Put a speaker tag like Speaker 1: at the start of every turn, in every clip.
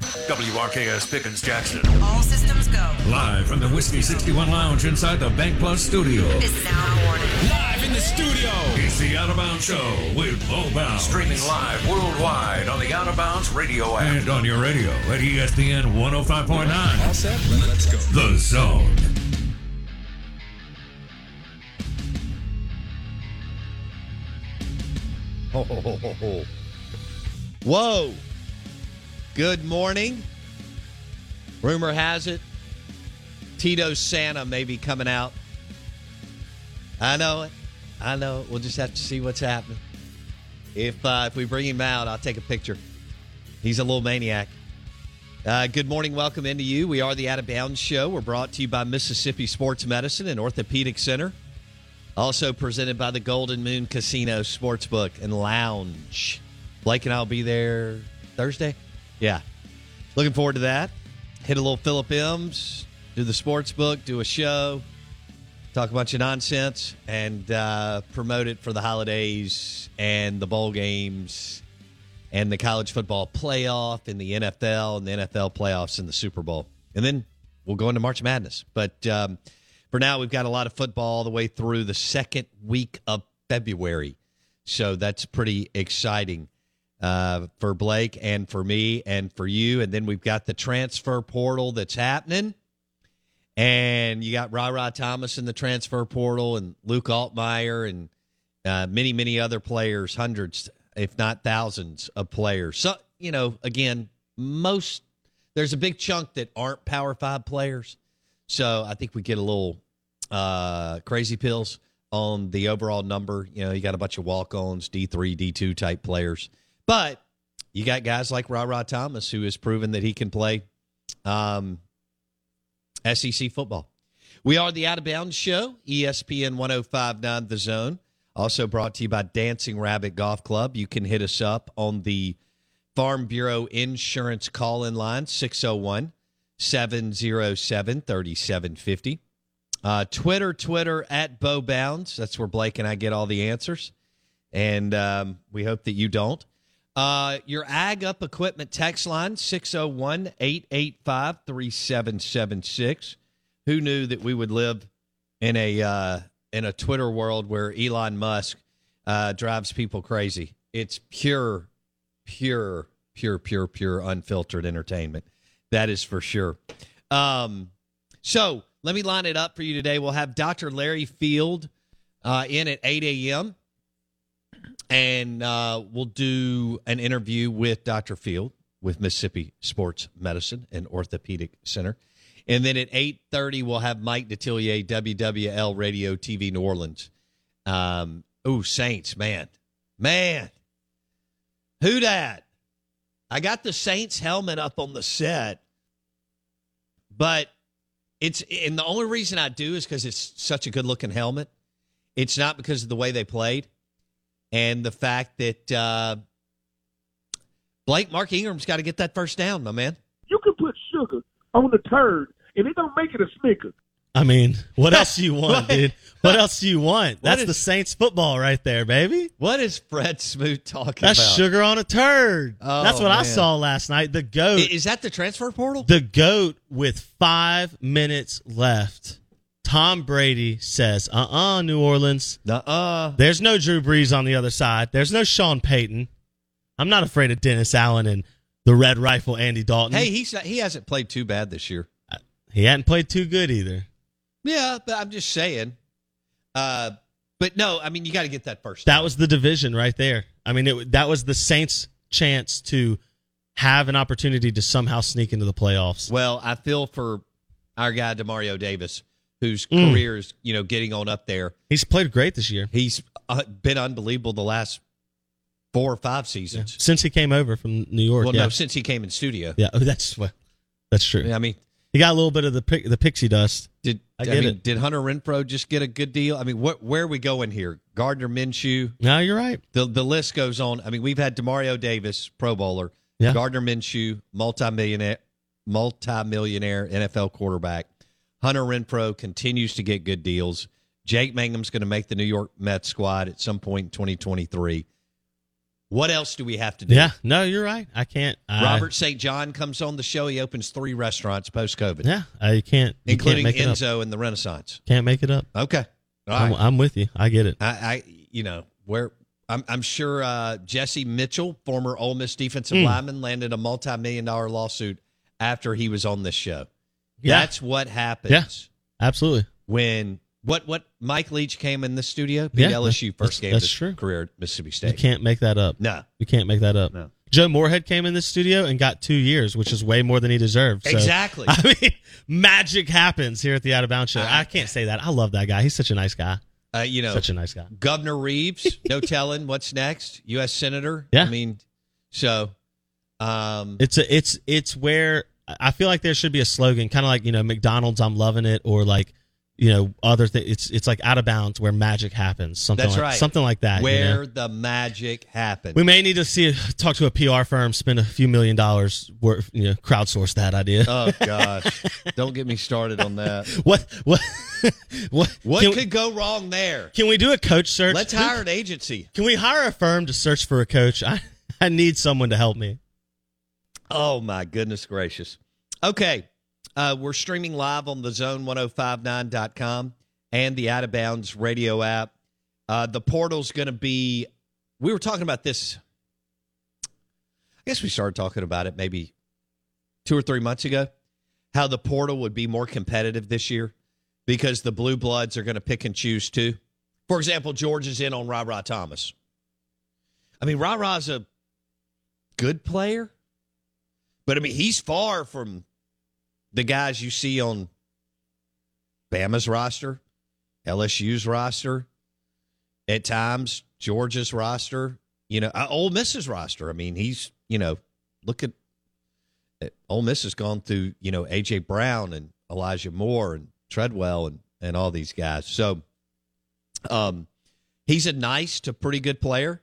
Speaker 1: WRKS Pickens Jackson.
Speaker 2: All systems go.
Speaker 1: Live from the Whiskey 61 Lounge inside the Bank Plus studio.
Speaker 2: This is Alan Warden.
Speaker 3: Live in the studio.
Speaker 1: It's the Out of Bounds Show with Low Bounds. Streaming live worldwide on the Out of Bounds radio app. And on your radio at E ESPN 105.9.
Speaker 3: All set. Let's go.
Speaker 1: The Zone.
Speaker 4: Ho, ho, ho, ho, ho. Whoa. Good morning. Rumor has it Tito Santa may be coming out. I know it. I know it. We'll just have to see what's happening. If uh, if we bring him out, I'll take a picture. He's a little maniac. Uh, good morning. Welcome into you. We are the Out of Bounds Show. We're brought to you by Mississippi Sports Medicine and Orthopedic Center. Also presented by the Golden Moon Casino Sportsbook and Lounge. Blake and I'll be there Thursday. Yeah. Looking forward to that. Hit a little Philip M's, do the sports book, do a show, talk a bunch of nonsense, and uh, promote it for the holidays and the bowl games and the college football playoff and the NFL and the NFL playoffs and the Super Bowl. And then we'll go into March Madness. But um, for now, we've got a lot of football all the way through the second week of February. So that's pretty exciting uh, for Blake and for me and for you. And then we've got the transfer portal that's happening. And you got Ra Ra Thomas in the transfer portal and Luke Altmeyer and uh, many, many other players, hundreds, if not thousands of players. So, you know, again, most, there's a big chunk that aren't Power Five players. So I think we get a little uh, crazy pills on the overall number. You know, you got a bunch of walk ons, D3, D2 type players. But you got guys like Ra Ra Thomas, who has proven that he can play um, SEC football. We are the Out of Bounds Show, E ESPN 1059 The Zone. Also brought to you by Dancing Rabbit Golf Club. You can hit us up on the Farm Bureau Insurance call in line, 601 707 3750. Uh, Twitter, Twitter at Bo Bounds. That's where Blake and I get all the answers. And um, we hope that you don't. Uh, your Ag Up Equipment text line, 601 885 3776. Who knew that we would live in a, uh, in a Twitter world where Elon Musk uh, drives people crazy? It's pure, pure, pure, pure, pure unfiltered entertainment. That is for sure. Um, so let me line it up for you today. We'll have Dr. Larry Field uh, in at 8 a.m and uh, we'll do an interview with Dr. Field with Mississippi Sports Medicine and Orthopedic Center. And then at 8.30, we'll have Mike Detillier, WWL Radio TV New Orleans. Um, ooh, Saints, man. Man. Who dat? I got the Saints helmet up on the set, but it's and the only reason I do is because it's such a good looking helmet. It's not because of the way they played and the fact that uh, Blake Mark Ingram's got to get that first down, my man.
Speaker 5: You can put sugar on the turd, and it don't make it a snicker.
Speaker 6: I mean, what else do you want,
Speaker 4: Right.
Speaker 6: dude? What else do you want? That's
Speaker 4: is-
Speaker 6: the Saints football right there, baby.
Speaker 4: What is Fred Smoot talking
Speaker 6: That's
Speaker 4: about?
Speaker 6: sugar on a turd.
Speaker 4: Oh,
Speaker 6: That's what I
Speaker 4: man.
Speaker 6: saw last night. The
Speaker 4: I-
Speaker 6: goat.
Speaker 4: Is that the transfer portal?
Speaker 6: the goat with five minutes left. Tom Brady says, "Uh uh New Orleans.
Speaker 4: The, uh,
Speaker 6: There's no Drew Brees on the other side. There's no Sean Payton. I'm not afraid of Dennis Allen and the Red Rifle Andy Dalton.
Speaker 4: hey, he's not, he hasn't played too bad this year.
Speaker 6: he hadn't played too good either.
Speaker 4: Yeah, but I'm just saying. Uh, but no, I mean you got to get that first.
Speaker 6: That was the division right there. I mean, it, that was the Saints' chance to have an opportunity to somehow sneak into the playoffs.
Speaker 4: Well, I feel for our guy Demario Davis, whose
Speaker 6: Mm.
Speaker 4: career is you know getting on up there.
Speaker 6: He's played great this year
Speaker 4: He's uh, been unbelievable the last four or five seasons.
Speaker 6: since he came over from New York.
Speaker 4: Well,
Speaker 6: yeah,
Speaker 4: no, since he came in studio.
Speaker 6: yeah, that's well, that's true.
Speaker 4: I mean,
Speaker 6: He got a little bit of the pic- the pixie dust.
Speaker 4: did
Speaker 6: I
Speaker 4: I,
Speaker 6: get
Speaker 4: mean,
Speaker 6: it.
Speaker 4: did Hunter Renfro just get a good deal? I mean, what where are we going here? Gardner Minshew.
Speaker 6: No, you're right.
Speaker 4: The the list goes on. I mean, we've had Demario Davis, Pro Bowler,
Speaker 6: Yeah.
Speaker 4: Gardner Minshew, multimillionaire, multimillionaire NFL quarterback. Hunter Renfro continues to get good deals. Jake Mangum's going to make the New York Mets squad at some point in 2023. What else do we have to do?
Speaker 6: Yeah, no, you're right. I can't. I,
Speaker 4: Robert St. John comes on the show. He opens three restaurants post COVID,
Speaker 6: Yeah, I can't. you
Speaker 4: including
Speaker 6: can't make It up.
Speaker 4: Enzo and the Renaissance.
Speaker 6: Can't make it up.
Speaker 4: Okay, all
Speaker 6: I'm,
Speaker 4: right.
Speaker 6: I'm with you. I get it.
Speaker 4: I, I you know where I'm, I'm sure uh, Jesse Mitchell, former Ole Miss defensive
Speaker 6: Mm.
Speaker 4: lineman, landed a multi-million dollar lawsuit after he was on this show.
Speaker 6: Yeah.
Speaker 4: That's what happens
Speaker 6: Absolutely.
Speaker 4: when what what Mike Leach came in the studio. Beat
Speaker 6: Yeah,
Speaker 4: LSU
Speaker 6: that's-
Speaker 4: first game
Speaker 6: that's
Speaker 4: of his
Speaker 6: true.
Speaker 4: career at Mississippi
Speaker 6: You
Speaker 4: State.
Speaker 6: can't make that up.
Speaker 4: no,
Speaker 6: You can't make that up.
Speaker 4: No.
Speaker 6: Joe Moorhead came in this studio and got two years, which is way more than he deserved. So,
Speaker 4: exactly.
Speaker 6: I mean, magic happens here at the Out of Bounds Show.
Speaker 4: I-
Speaker 6: I, can't say that. I love that guy. He's such a nice guy.
Speaker 4: Uh, you know,
Speaker 6: Such a nice guy.
Speaker 4: Governor Reeves. no telling what's next. U.S. Senator.
Speaker 6: Yeah.
Speaker 4: I mean, so um,
Speaker 6: It's a, it's it's where I feel like there should be a slogan, kind of like you know McDonald's, I'm loving it, or like you know other things. It's it's like Out of Bounds where magic happens. Something
Speaker 4: That's
Speaker 6: like,
Speaker 4: right.
Speaker 6: Something like that. you know?
Speaker 4: where the magic happens.
Speaker 6: We may need to see talk to a PR firm, spend a few million dollars worth, you know, crowdsource that idea.
Speaker 4: Oh gosh! Don't get me started on that.
Speaker 6: what what what,
Speaker 4: What
Speaker 6: can,
Speaker 4: could go wrong there?
Speaker 6: can we do a coach search?
Speaker 4: Let's hire an agency.
Speaker 6: Can we hire a firm to search for a coach? I I need someone to help me.
Speaker 4: Oh my goodness gracious. Okay. Uh, we're streaming live on the zone1059.com and the out of bounds radio app. Uh, the portal's going to be, we were talking about this. I guess we started talking about it maybe two or three months ago, how the portal would be more competitive this year because the blue bloods are going to pick and choose too. For example, George is in on Ra Ra Thomas. I mean, Ra Ra's a good player. But I mean, he's far from the guys you see on Bama's roster, LSU's roster, at times Georgia's roster. You know, uh, Ole Miss's roster. I mean, he's you know, look at uh, Ole Miss has gone through you know AJ Brown and Elijah Moore and Treadwell and and all these guys. So, um, he's a nice to pretty good player.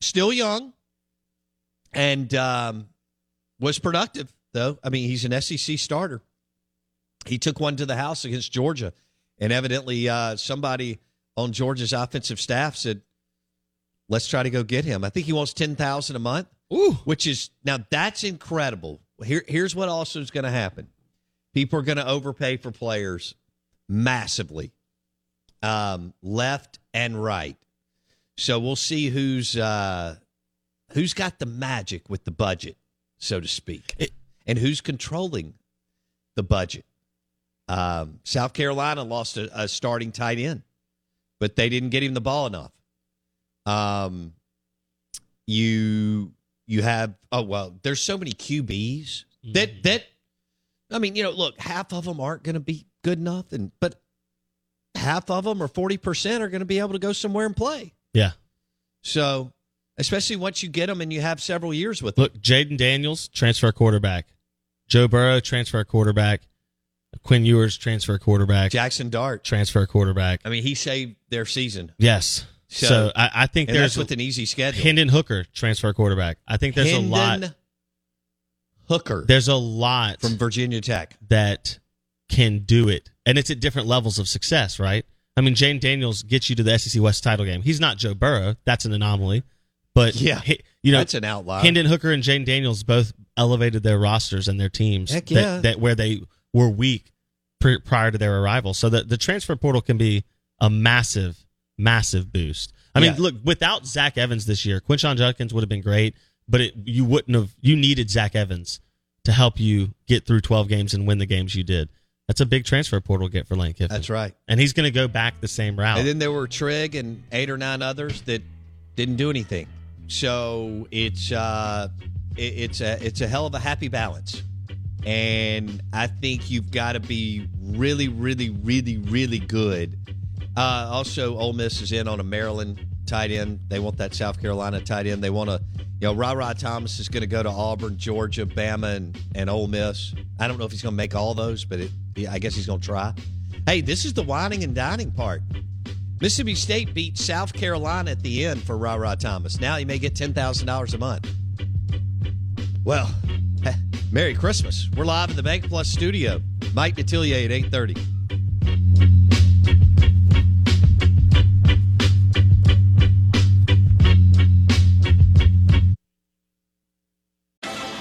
Speaker 4: Still young, and um, was productive though. I mean, he's an SEC starter. He took one to the house against Georgia, and evidently uh, somebody on Georgia's offensive staff said, "Let's try to go get him." I think he wants ten thousand a month,
Speaker 6: Ooh.
Speaker 4: which is now that's incredible. Here, here's what also is going to happen: people are going to overpay for players massively, um, left and right. So we'll see who's uh, who's got the magic with the budget, so to speak,
Speaker 6: It-
Speaker 4: and who's controlling the budget. Um, South Carolina lost a, a starting tight end, but they didn't get him the ball enough. Um, you you have oh well, there's so many QBs that that I mean, you know, look, half of them aren't going to be good enough, and but half of them or forty percent are going to be able to go somewhere and play.
Speaker 6: Yeah.
Speaker 4: So, especially once you get them and you have several years with them.
Speaker 6: Look, Jaden Daniels, transfer quarterback. Joe Burrow, transfer quarterback. Quinn Ewers, transfer quarterback.
Speaker 4: Jackson Dart,
Speaker 6: transfer quarterback.
Speaker 4: I mean, he saved their season.
Speaker 6: Yes. So,
Speaker 4: So-
Speaker 6: I, I think
Speaker 4: And
Speaker 6: there's
Speaker 4: that's with an easy schedule.
Speaker 6: Hendon Hooker, transfer quarterback. I think there's a lot.
Speaker 4: Hendon Hooker
Speaker 6: There's a lot
Speaker 4: from Virginia Tech.
Speaker 6: that can do it, and it's at different levels of success, right? I mean, Jane Daniels gets you to the SEC West title game. He's not Joe Burrow. That's an anomaly, but
Speaker 4: Yeah.
Speaker 6: he- you know,
Speaker 4: That's an outlier.
Speaker 6: Hendon Hooker and Jane Daniels both elevated their rosters and their teams
Speaker 4: Heck
Speaker 6: that-
Speaker 4: yeah.
Speaker 6: that, where they were weak pr- prior to their arrival. So the, the transfer portal can be a massive, massive boost. I mean,
Speaker 4: Yeah.
Speaker 6: look, without Zach Evans this year, Quinshawn Judkins would have been great, but it, you wouldn't have, you needed Zach Evans to help you get through 12 games and win the games you did. That's a big transfer portal get for Lane Kiffin.
Speaker 4: That's right.
Speaker 6: And he's going to go back the same route.
Speaker 4: And then there were Trig and eight or nine others that didn't do anything. So it's uh, it, it's a it's a hell of a happy balance, and I think you've got to be really, really, really, really good. Uh, also, Ole Miss is in on a Maryland tight end. They want that South Carolina tight end. They want to, you know, Ra Ra Thomas is going to go to Auburn, Georgia, Bama, and, and Ole Miss. I don't know if he's going to make all those, but it, I guess he's going to try. Hey, this is the whining and dining part. Mississippi State beat South Carolina at the end for Ra Ra Thomas. Now he may get $10,000 a month. Well, Merry Christmas. We're live at the Bank Plus studio. Mike Detillier at 830.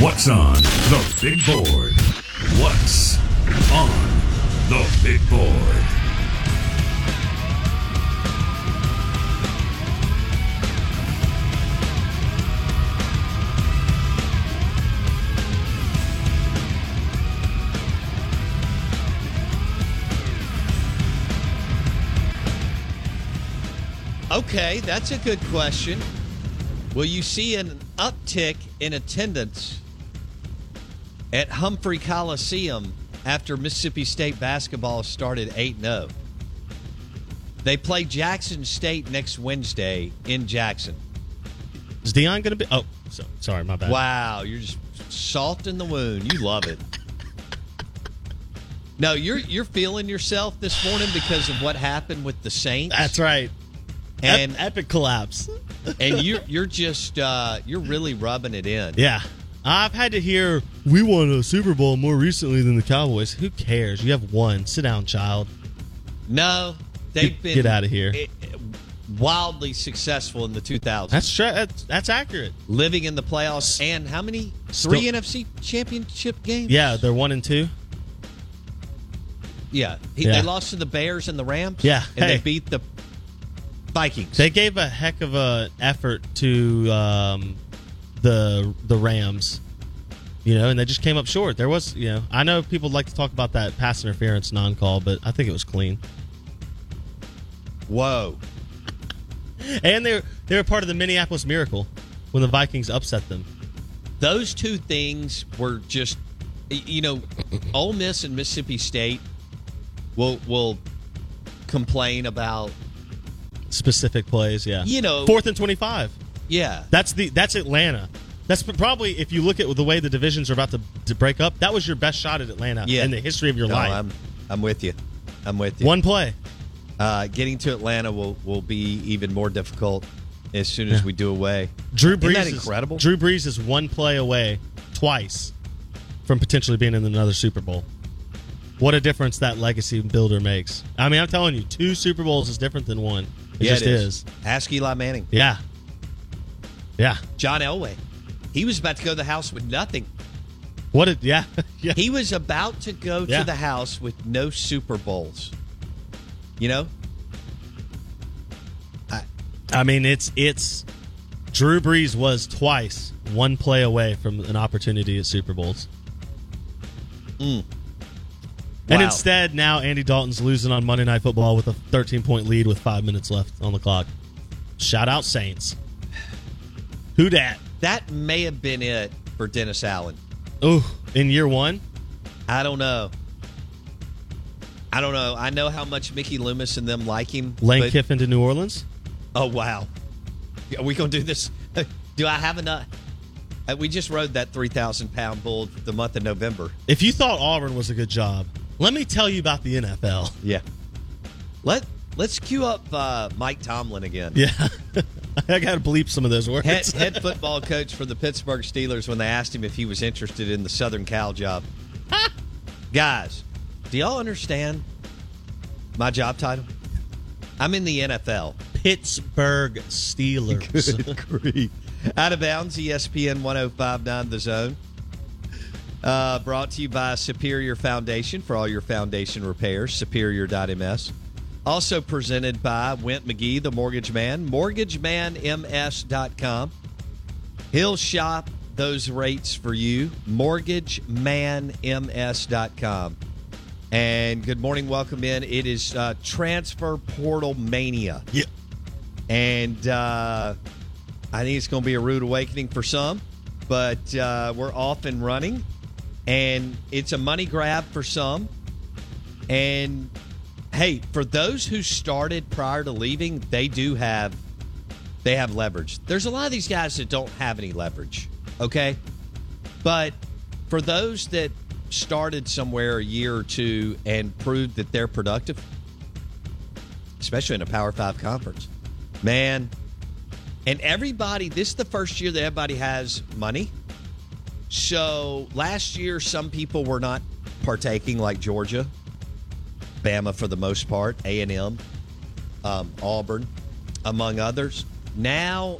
Speaker 1: What's on the big board? What's on the big board?
Speaker 4: Okay, that's a good question. Will you see an uptick in attendance at Humphrey Coliseum after Mississippi State basketball started 8 0? They play Jackson State next Wednesday in Jackson.
Speaker 6: Is Dion going to be? Oh, so, sorry, my bad.
Speaker 4: Wow, you're just salt in the wound. You love it. No, you're you're feeling yourself this morning because of what happened with the Saints.
Speaker 6: That's right. Ep-
Speaker 4: And
Speaker 6: epic collapse.
Speaker 4: and you you're just uh, you're really rubbing it in.
Speaker 6: Yeah. I've had to hear we won a Super Bowl more recently than the Cowboys. Who cares? You have one. Sit down, child.
Speaker 4: No, they've
Speaker 6: Get-
Speaker 4: been
Speaker 6: get outta here.
Speaker 4: eh, eh, Wildly successful in the 2000s,
Speaker 6: That's tra- that's, that's accurate.
Speaker 4: living in the playoffs, and how many
Speaker 6: Still-
Speaker 4: three NFC championship games?
Speaker 6: Yeah, they're one and two.
Speaker 4: yeah. He,
Speaker 6: Yeah.
Speaker 4: They lost to the Bears and the Rams.
Speaker 6: Yeah,
Speaker 4: and
Speaker 6: hey.
Speaker 4: they beat the Vikings.
Speaker 6: They gave a heck of a effort to um, the the Rams, you know, and they just came up short. There was, you know, I know people like to talk about that pass interference non call, but I think it was clean.
Speaker 4: Whoa.
Speaker 6: And they were, they were part of the Minneapolis Miracle when the Vikings upset them.
Speaker 4: those two things were just, you know, Ole Miss and Mississippi State will will complain about,
Speaker 6: Specific plays, yeah.
Speaker 4: You know-
Speaker 6: fourth and twenty five.
Speaker 4: yeah,
Speaker 6: That's the that's Atlanta. That's probably if you look at the way the divisions are about to, to break up. That was your best shot at Atlanta in the history of your
Speaker 4: No,
Speaker 6: life.
Speaker 4: I'm, I'm with you. I'm with you.
Speaker 6: One play.
Speaker 4: Uh, getting to Atlanta will, will be even more difficult as soon as we do away.
Speaker 6: Drew Brees
Speaker 4: Isn't that
Speaker 6: is-
Speaker 4: incredible?
Speaker 6: Drew Brees is one play away, twice, from potentially being in another Super Bowl. What a difference that legacy builder makes. I mean, I'm telling you, two Super Bowls is different than one. It
Speaker 4: yeah,
Speaker 6: just
Speaker 4: it
Speaker 6: is.
Speaker 4: is. Ask Eli Manning.
Speaker 6: Yeah. Yeah.
Speaker 4: John Elway. He was about to go to the house with nothing.
Speaker 6: What a yeah.
Speaker 4: He was about to go
Speaker 6: Yeah.
Speaker 4: to the house with no Super Bowls. You know?
Speaker 6: I mean, it's it's Drew Brees was twice one play away from an opportunity at Super Bowls. And
Speaker 4: Mm. Wow.
Speaker 6: instead, now Andy Dalton's losing on Monday Night Football with a 13 point lead with five minutes left on the clock. Shout out Saints. Who dat?
Speaker 4: That may have been it for Dennis Allen.
Speaker 6: Oh, in year one?
Speaker 4: I don't know. I don't know. I know how much Mickey Loomis and them like him.
Speaker 6: Lane
Speaker 4: but-
Speaker 6: Kiffin to New Orleans?
Speaker 4: Oh wow, are we gonna do this? do I have enough? Uh, We just rode that three thousand pound bull the month of November.
Speaker 6: If you thought Auburn was a good job, let me tell you about the NFL.
Speaker 4: Yeah. Let Let's cue up uh, Mike Tomlin again.
Speaker 6: Yeah. I got to bleep some of those words.
Speaker 4: Head, head football coach for the Pittsburgh Steelers when they asked him if he was interested in the Southern Cal job. Guys, do y'all understand my job title? I'm in the NFL.
Speaker 6: Pittsburgh Steelers.
Speaker 4: Good grief. Out of bounds, E ESPN 1059 The Zone. Uh, brought to you by Superior Foundation for all your foundation repairs, superior.ms. Also presented by Went McGee, the mortgage man, mortgagemanms.com. He'll shop those rates for you, mortgagemanms.com. And good morning, welcome in. It is uh, transfer portal mania.
Speaker 6: Yeah.
Speaker 4: And uh, I think it's going to be a rude awakening for some, but uh, we're off and running. And it's a money grab for some. And hey, for those who started prior to leaving, they do have they have leverage. There's a lot of these guys that don't have any leverage, okay? But for those that started somewhere a year or two and proved that they're productive, especially in a Power 5 conference, man, and everybody, this is the first year that everybody has money. So last year, some people were not partaking, like Georgia, Bama for the most part, A and M, um, Auburn, among others. Now,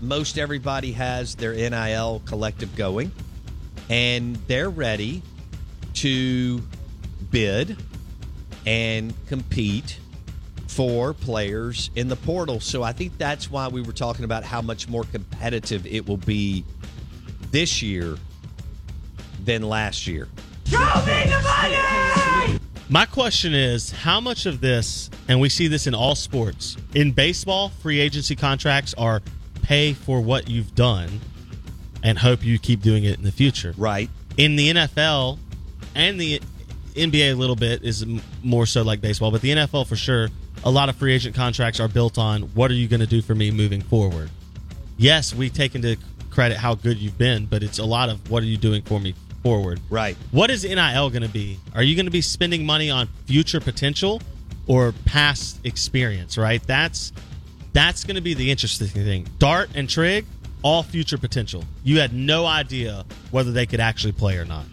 Speaker 4: most everybody has their NIL collective going, and they're ready to bid and compete for players in the portal. So I think that's why we were talking about how much more competitive it will be this year than last year.
Speaker 6: My question is how much of this, and we see this in all sports, in baseball, free agency contracts are pay for what you've done and hope you keep doing it in the future.
Speaker 4: Right.
Speaker 6: In the NFL and the NBA, a little bit is m- more so like baseball, but the NFL for sure, a lot of free agent contracts are built on what are you going to do for me moving forward? Yes, we take into credit how good you've been, but it's a lot of what are you doing for me forward?
Speaker 4: Right.
Speaker 6: What is NIL going to be? Are you going to be spending money on future potential or past experience, right? That's that's going to be the interesting thing. Dart and Trig, all future potential. You had no idea whether they could actually play or not.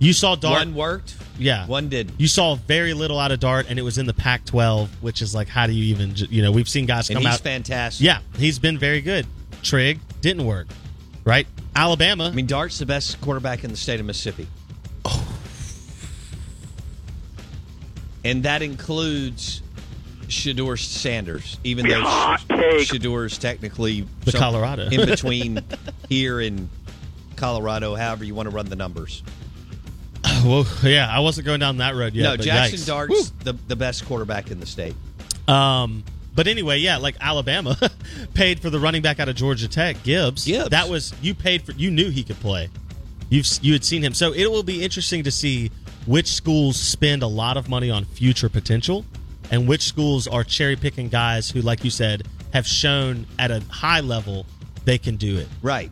Speaker 6: You saw Dart
Speaker 4: One worked.
Speaker 6: yeah.
Speaker 4: One did.
Speaker 6: You saw very little out of Dart, and it was in the Pac 12, which is like, how do you even, ju- you know, we've seen guys
Speaker 4: And
Speaker 6: come
Speaker 4: he's
Speaker 6: out.
Speaker 4: fantastic.
Speaker 6: yeah, he's been very good. Trig didn't work, right? Alabama.
Speaker 4: I mean, Dart's the best quarterback in the state of Mississippi. Oh. And that includes Shador Sanders, even though Sh- Shador's technically
Speaker 6: The
Speaker 4: some-
Speaker 6: Colorado.
Speaker 4: in between here and Colorado, however you want to run the numbers.
Speaker 6: well, yeah, I wasn't going down that road yet.
Speaker 4: no,
Speaker 6: but
Speaker 4: Jackson
Speaker 6: yikes.
Speaker 4: Dart's the, the best quarterback in the state.
Speaker 6: Um, but anyway, yeah, like Alabama paid for the running back out of Georgia Tech, Gibbs.
Speaker 4: Gibbs.
Speaker 6: That was you paid for. You knew he could play. You've you had seen him, so it will be interesting to see which schools spend a lot of money on future potential, and which schools are cherry picking guys who, like you said, have shown at a high level they can do it.
Speaker 4: Right.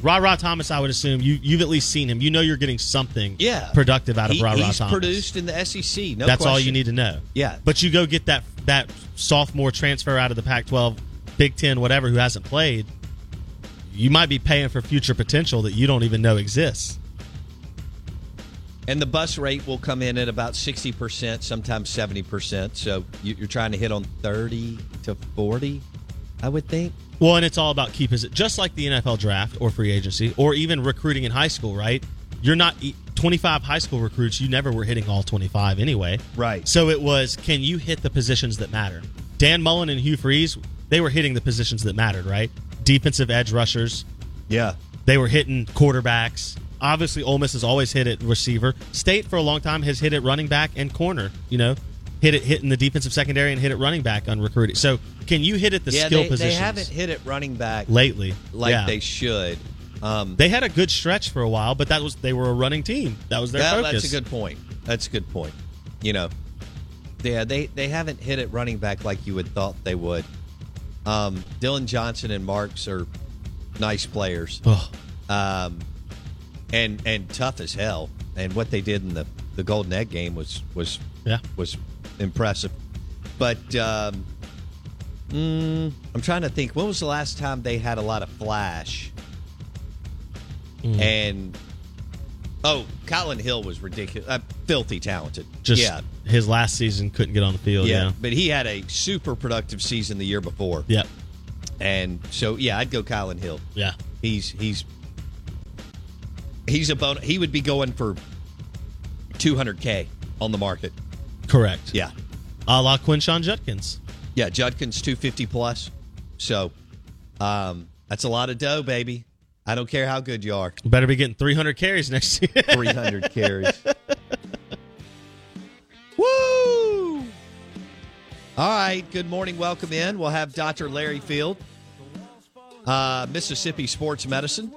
Speaker 6: Ra Ra Thomas, I would assume you you've at least seen him. You know you're getting something
Speaker 4: Yeah.
Speaker 6: productive out of
Speaker 4: He-
Speaker 6: Ra Ra
Speaker 4: he's
Speaker 6: Thomas.
Speaker 4: produced in the SEC. No
Speaker 6: That's all
Speaker 4: question.
Speaker 6: you need to know.
Speaker 4: Yeah.
Speaker 6: But you go get that that sophomore transfer out of the Pac-12, Big Ten, whatever, who hasn't played. You might be paying for future potential that you don't even know exists.
Speaker 4: And the bus rate will come in at about 60%, sometimes 70%. So you- you're trying to hit on 30 to 40, I would think.
Speaker 6: Well, and it's all about key position, just like the NFL draft or free agency or even recruiting in high school, right? You're not 25 high school recruits. You never were hitting all 25 anyway.
Speaker 4: Right.
Speaker 6: So it was, can you hit the positions that matter? Dan Mullen and Hugh Freeze, they were hitting the positions that mattered, right? Defensive edge rushers.
Speaker 4: Yeah.
Speaker 6: They were hitting quarterbacks. Obviously, Ole Miss has always hit at receiver. State for a long time has hit at running back and corner. You know, hit it hitting the defensive secondary and hit at running back unrecruited. So can you hit at the
Speaker 4: yeah,
Speaker 6: skill
Speaker 4: they,
Speaker 6: positions?
Speaker 4: they haven't hit it running back
Speaker 6: lately
Speaker 4: like
Speaker 6: yeah.
Speaker 4: they should. Um,
Speaker 6: They had a good stretch for a while, but that was they were a running team. That was their
Speaker 4: that-
Speaker 6: focus.
Speaker 4: That's a good point. That's a good point. You know, yeah, they they haven't hit it running back like you would thought they would. Um, Dylan Johnson and Marks are nice players,
Speaker 6: Ugh.
Speaker 4: um, and and tough as hell. And what they did in the the Golden Egg game was was
Speaker 6: Yeah.
Speaker 4: was impressive. But um, mm, I'm trying to think. When was the last time they had a lot of flash?
Speaker 6: Mm.
Speaker 4: And oh, Colin Hill was ridiculous, uh, filthy talented.
Speaker 6: Just
Speaker 4: yeah,
Speaker 6: his last season couldn't get on the field.
Speaker 4: yeah.
Speaker 6: Yeah,
Speaker 4: But he had a super productive season the year before,
Speaker 6: yeah,
Speaker 4: and so yeah, I'd go Colin Hill.
Speaker 6: yeah.
Speaker 4: He's he's he's about he would be going for 200k on the market.
Speaker 6: Correct.
Speaker 4: Yeah,
Speaker 6: A la Quinshawn Judkins.
Speaker 4: yeah. Judkins 250 plus, so um, that's a lot of dough, baby. I don't care how good you are.
Speaker 6: Better be getting 300 carries next year.
Speaker 4: 300 carries. Woo! All right. Good morning. Welcome in. We'll have Dr. Larry Field, uh, Mississippi Sports Medicine,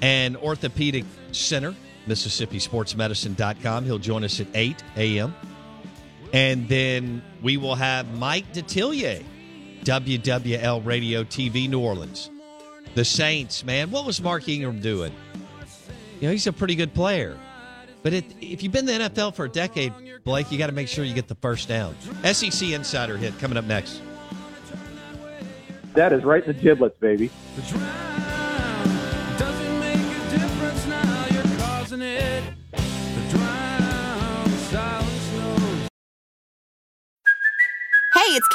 Speaker 4: and Orthopedic Center, MississippiSportsMedicine.com. He'll join us at 8 a.m. And then we will have Mike Detillier, WWL Radio TV New Orleans. The Saints, man. What was Mark Ingram doing? You know, he's a pretty good player. But it, if you've been in the NFL for a decade, Blake, you got to make sure you get the first down. SEC Insider hit coming up next.
Speaker 5: That is right in the giblets, baby.
Speaker 7: Hey, it's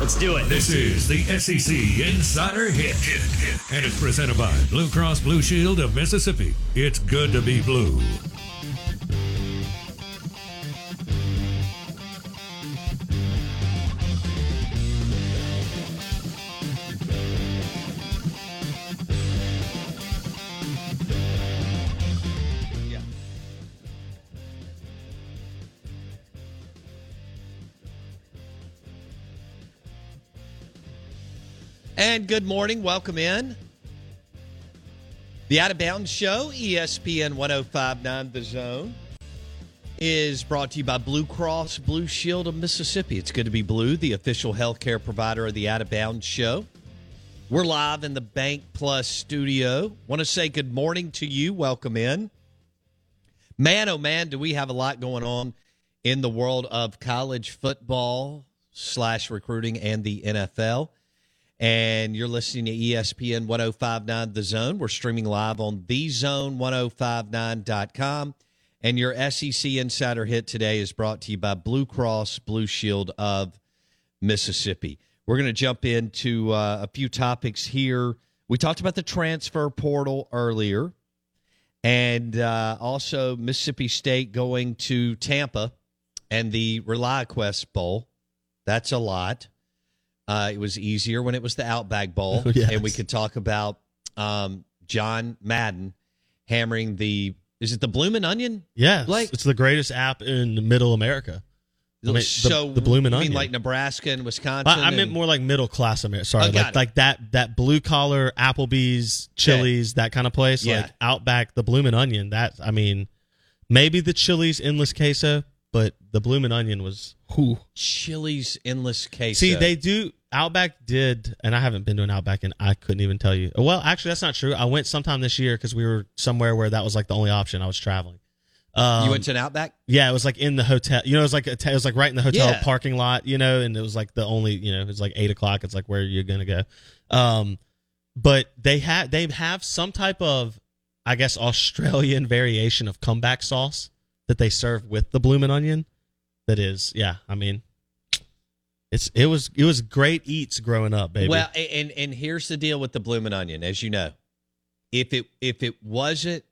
Speaker 1: Let's do it. This is the SEC Insider Hit. And it's presented by Blue Cross Blue Shield of Mississippi. It's good to be blue.
Speaker 4: And good morning. Welcome in. The Out of Bounds Show, E ESPN 1059 The Zone, is brought to you by Blue Cross Blue Shield of Mississippi. It's good to be blue, the official healthcare provider of the Out of Bounds Show. We're live in the Bank Plus studio. Want to say good morning to you. Welcome in. Man, oh man, do we have a lot going on in the world of college football slash recruiting and the NFL and you're listening to E ESPN 1059 The Zone. We're streaming live on thezone1059.com. And your SEC Insider Hit today is brought to you by Blue Cross Blue Shield of Mississippi. We're going to jump into uh, a few topics here. We talked about the transfer portal earlier, and uh, also Mississippi State going to Tampa and the ReliQuest Bowl. That's a lot. Uh, it was easier when it was the Outback Bowl,
Speaker 6: Oh, yes.
Speaker 4: and we could talk about um, John Madden hammering the. Is it the Bloomin' Onion?
Speaker 6: Yeah,
Speaker 4: Blake?
Speaker 6: it's the greatest app in Middle America. I mean, the,
Speaker 4: so
Speaker 6: the blooming
Speaker 4: you
Speaker 6: onion.
Speaker 4: mean like Nebraska and Wisconsin.
Speaker 6: I, I meant
Speaker 4: and-
Speaker 6: more like middle class America. Sorry,
Speaker 4: Oh, got
Speaker 6: like
Speaker 4: it.
Speaker 6: like that that blue collar Applebee's, Chili's, that kind of place.
Speaker 4: Yeah.
Speaker 6: Like Outback, the Bloomin' Onion. That I mean, maybe the Chili's endless queso, but the Bloomin' Onion was who.
Speaker 4: Chili's endless case.
Speaker 6: See, they do. Outback did, and I haven't been to an Outback, and I couldn't even tell you. Oh, Well, actually, that's not true. I went sometime this year because we were somewhere where that was like the only option. I was traveling. Um,
Speaker 4: you went to an Outback.
Speaker 6: yeah, it was like in the hotel. You know, it was like a t- it was like right in the hotel
Speaker 4: Yeah.
Speaker 6: parking lot. You know, and it was like the only you know it was like eight o'clock. It's like where you're gonna go. Um, but they had they have some type of I guess Australian variation of comeback sauce that they serve with the bloomin' onion. That is, yeah. I mean, it's it was it was great eats growing up, baby.
Speaker 4: Well, a- and and here's the deal with the Bloomin' Onion. As you know, if it if it wasn't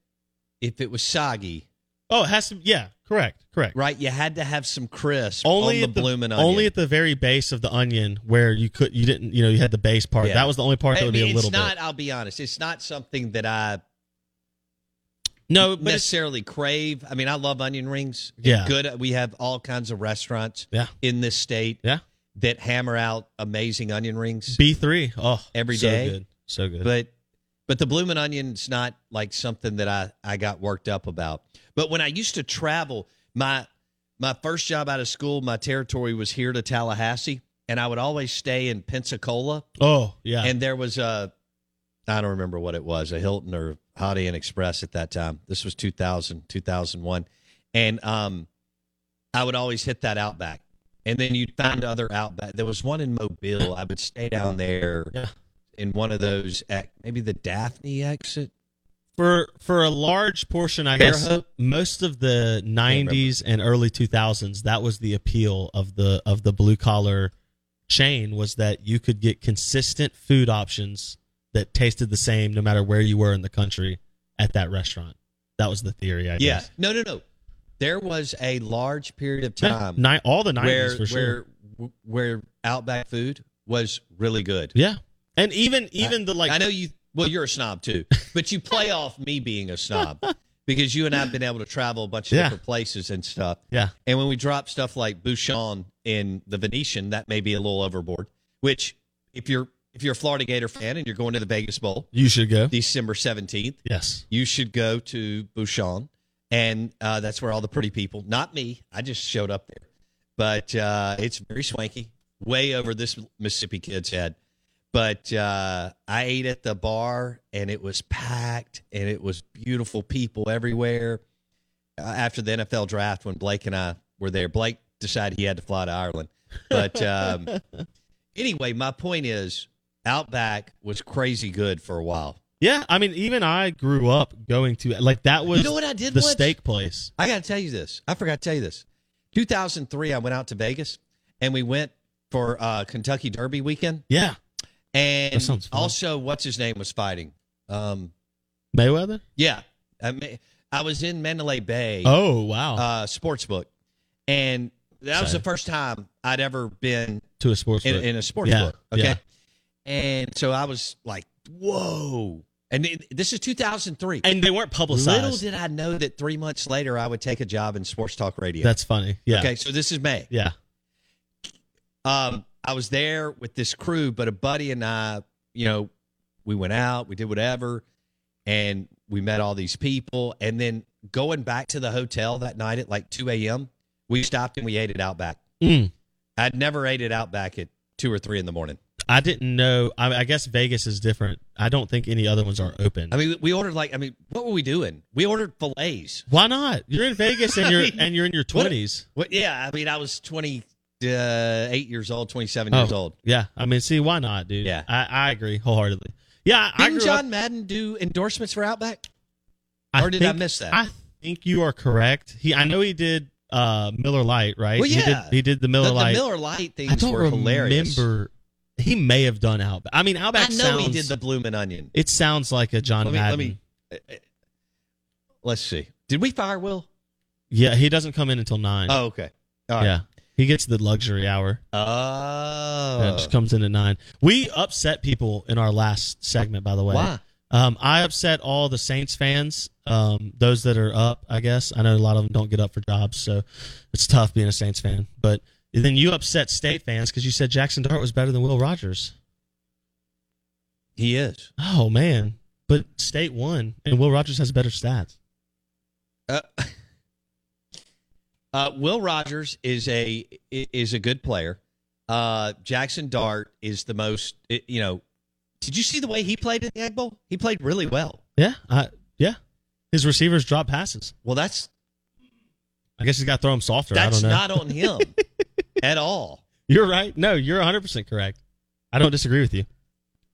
Speaker 4: if it was soggy,
Speaker 6: oh, it has to. Yeah, correct, correct.
Speaker 4: right? You had to have some crisp
Speaker 6: only
Speaker 4: on
Speaker 6: at
Speaker 4: the Bloomin' Onion.
Speaker 6: only at the very base of the onion where you could you didn't you know you had the base part.
Speaker 4: Yeah.
Speaker 6: That was the only part that
Speaker 4: I
Speaker 6: would
Speaker 4: mean,
Speaker 6: be a
Speaker 4: it's
Speaker 6: little bit.
Speaker 4: not, I'll be honest. It's not something that I
Speaker 6: No, but it's,
Speaker 4: necessarily crave. I mean, I love onion rings.
Speaker 6: Yeah.
Speaker 4: good. We have all kinds of restaurants.
Speaker 6: Yeah.
Speaker 4: in this state.
Speaker 6: Yeah.
Speaker 4: that hammer out amazing onion rings.
Speaker 6: B three. Oh,
Speaker 4: Every
Speaker 6: so
Speaker 4: day.
Speaker 6: good. so good.
Speaker 4: But but the bloomin' onion's not like something that I I got worked up about. But when I used to travel, my my first job out of school, my territory was here to Tallahassee, and I would always stay in Pensacola.
Speaker 6: oh yeah,
Speaker 4: And there was a I don't remember what it was, a Hilton or Holiday Inn Express at that time. This was 2000, 2001. And um I would always hit that outback. And then you'd find other outback. There was one in Mobile. I would stay down there
Speaker 6: Yeah.
Speaker 4: in one of those at maybe the Daphne exit.
Speaker 6: for for a large portion, I guess
Speaker 4: Fairhope?
Speaker 6: most of the '90s and early 2000s, that was the appeal of the of the blue collar chain was that you could get consistent food options that tasted the same no matter where you were in the country at that restaurant. That was the theory. I
Speaker 4: yeah.
Speaker 6: guess.
Speaker 4: No, no, no. There was a large period of time
Speaker 6: Ni- all the '90s
Speaker 4: Um, where
Speaker 6: for sure.
Speaker 4: where where outback food was really good.
Speaker 6: yeah, and even even the like
Speaker 4: I know you. Well, you're a snob too, but you play off me being a snob because you and I've been able to travel a bunch of
Speaker 6: Yeah.
Speaker 4: different places and stuff.
Speaker 6: yeah
Speaker 4: And when we drop stuff like Bouchon in the Venetian, that may be a little overboard. Which, if you're if you're a Florida Gator fan and you're going to the Vegas Bowl
Speaker 6: you should go.
Speaker 4: December seventeenth,
Speaker 6: Yes.
Speaker 4: you should go to Bouchon, and uh, that's where all the pretty people. Not me. I just showed up there, but uh, it's very swanky, way over this Mississippi kid's head. But uh, I ate at the bar, and it was packed, and it was beautiful people everywhere. Uh, after the NFL draft, when Blake and I were there, Blake decided he had to fly to Ireland. But um, anyway, my point is, Outback was crazy good for a while.
Speaker 6: Yeah, I mean, even I grew up going to like that was
Speaker 4: You know what I did
Speaker 6: the
Speaker 4: once?
Speaker 6: steak place.
Speaker 4: I got to tell you this. I forgot to tell you this. 2003, I went out to Vegas and we went for uh, Kentucky Derby weekend.
Speaker 6: Yeah, That
Speaker 4: And
Speaker 6: sounds fun.
Speaker 4: also, what's his name was fighting. Um,
Speaker 6: Mayweather.
Speaker 4: yeah. I, mean, I was in Mandalay Bay
Speaker 6: Oh wow,
Speaker 4: uh, Sportsbook. And that was
Speaker 6: Excited.
Speaker 4: the first time I'd ever been
Speaker 6: to a sports
Speaker 4: in,
Speaker 6: book.
Speaker 4: in a sports
Speaker 6: Yeah,
Speaker 4: book. Okay.
Speaker 6: yeah.
Speaker 4: And so I was like, whoa. And it, this is 2003.
Speaker 6: and they weren't publicized.
Speaker 4: Little did I know that three months later I would take a job in sports talk radio.
Speaker 6: That's funny. Yeah,
Speaker 4: Okay, so this is May.
Speaker 6: yeah,
Speaker 4: Um, I was there with this crew, but a buddy and I, you know, we went out, we did whatever, and we met all these people. And then going back to the hotel that night at like 2 a.m., we stopped and we ate it out back.
Speaker 6: Mm.
Speaker 4: I'd never ate it out back at two or three in the morning.
Speaker 6: I didn't know. I, I guess Vegas is different. I don't think any other ones are open.
Speaker 4: I mean, we ordered like, I mean, what were we doing? We ordered fillets.
Speaker 6: Why not? You're in Vegas and you're and you're in your
Speaker 4: What-
Speaker 6: twenties.
Speaker 4: What, yeah, I mean, I was 28 years old, 27 years old.
Speaker 6: Oh, Yeah, I mean, see, why not, dude? Yeah, I, I agree wholeheartedly. Yeah, I
Speaker 4: Didn't
Speaker 6: grew
Speaker 4: John
Speaker 6: up-
Speaker 4: Madden do endorsements for Outback? or did I miss that?
Speaker 6: I think you are correct. He, I know he did uh, Miller Light, right?
Speaker 4: Well,
Speaker 6: he did,
Speaker 4: yeah.
Speaker 6: he did the Miller
Speaker 4: The- the
Speaker 6: Light.
Speaker 4: Miller Lite things
Speaker 6: I don't
Speaker 4: were
Speaker 6: remember.
Speaker 4: hilarious.
Speaker 6: He may have done Outback. I mean, Outback.
Speaker 4: I know
Speaker 6: sounds,
Speaker 4: he did the Bloomin' Onion.
Speaker 6: It sounds like a John
Speaker 4: Let me- let
Speaker 6: Madden.
Speaker 4: me- Let's see. Did we fire Will?
Speaker 6: yeah, he doesn't come in until nine.
Speaker 4: Oh, okay. All right.
Speaker 6: yeah, he gets the luxury hour.
Speaker 4: Oh.
Speaker 6: Yeah, it just comes in at nine. We upset people in our last segment, by the way.
Speaker 4: Why?
Speaker 6: Um, I upset all the Saints fans, um, those that are up, I guess. I know a lot of them don't get up for jobs, so it's tough being a Saints fan. But then you upset state fans because you said Jackson Dart was better than Will Rogers.
Speaker 4: He is.
Speaker 6: Oh, man. But state won, and Will Rogers has better stats.
Speaker 4: Uh, uh, Will Rogers is a i- is a good player. Uh, Jackson Dart is the most. i- You know, did you see the way he played in the Egg Bowl? He played really well.
Speaker 6: Yeah. I, yeah. His receivers drop passes.
Speaker 4: Well, that's
Speaker 6: I guess he's got to throw them softer. I
Speaker 4: that's
Speaker 6: don't know.
Speaker 4: not on him at all.
Speaker 6: You're right. No, you're 100% correct. I don't disagree with you.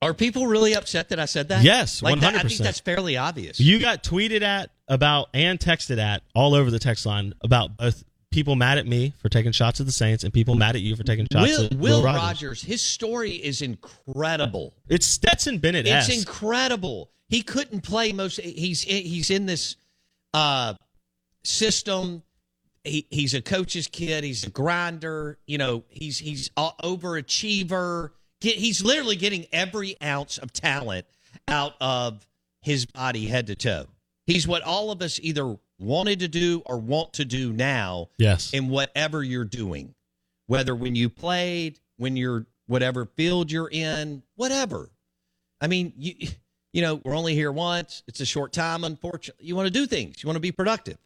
Speaker 4: Are people really upset that I said that?
Speaker 6: Yes,
Speaker 4: like that- I think
Speaker 6: 100%.
Speaker 4: that's fairly obvious.
Speaker 6: You got tweeted at about and texted at all over the text line about both people mad at me for taking shots at the Saints and people mad at you for taking shots
Speaker 4: Will,
Speaker 6: at
Speaker 4: Will
Speaker 6: Rogers.
Speaker 4: Rogers, his story is incredible.
Speaker 6: It's Stetson Bennett.
Speaker 4: It's
Speaker 6: esque.
Speaker 4: incredible. He couldn't play most. He's he's in this uh, system. He, he's a coach's kid. He's a grinder. You know, he's he's a overachiever. Get, he's literally getting every ounce of talent out of his body, head to toe. He's what all of us either wanted to do or want to do now.
Speaker 6: Yes.
Speaker 4: In whatever you're doing, whether when you played, when you're whatever field you're in, whatever. I mean, you you know, we're only here once. It's a short time, unfortunately. You want to do things. You want to be productive.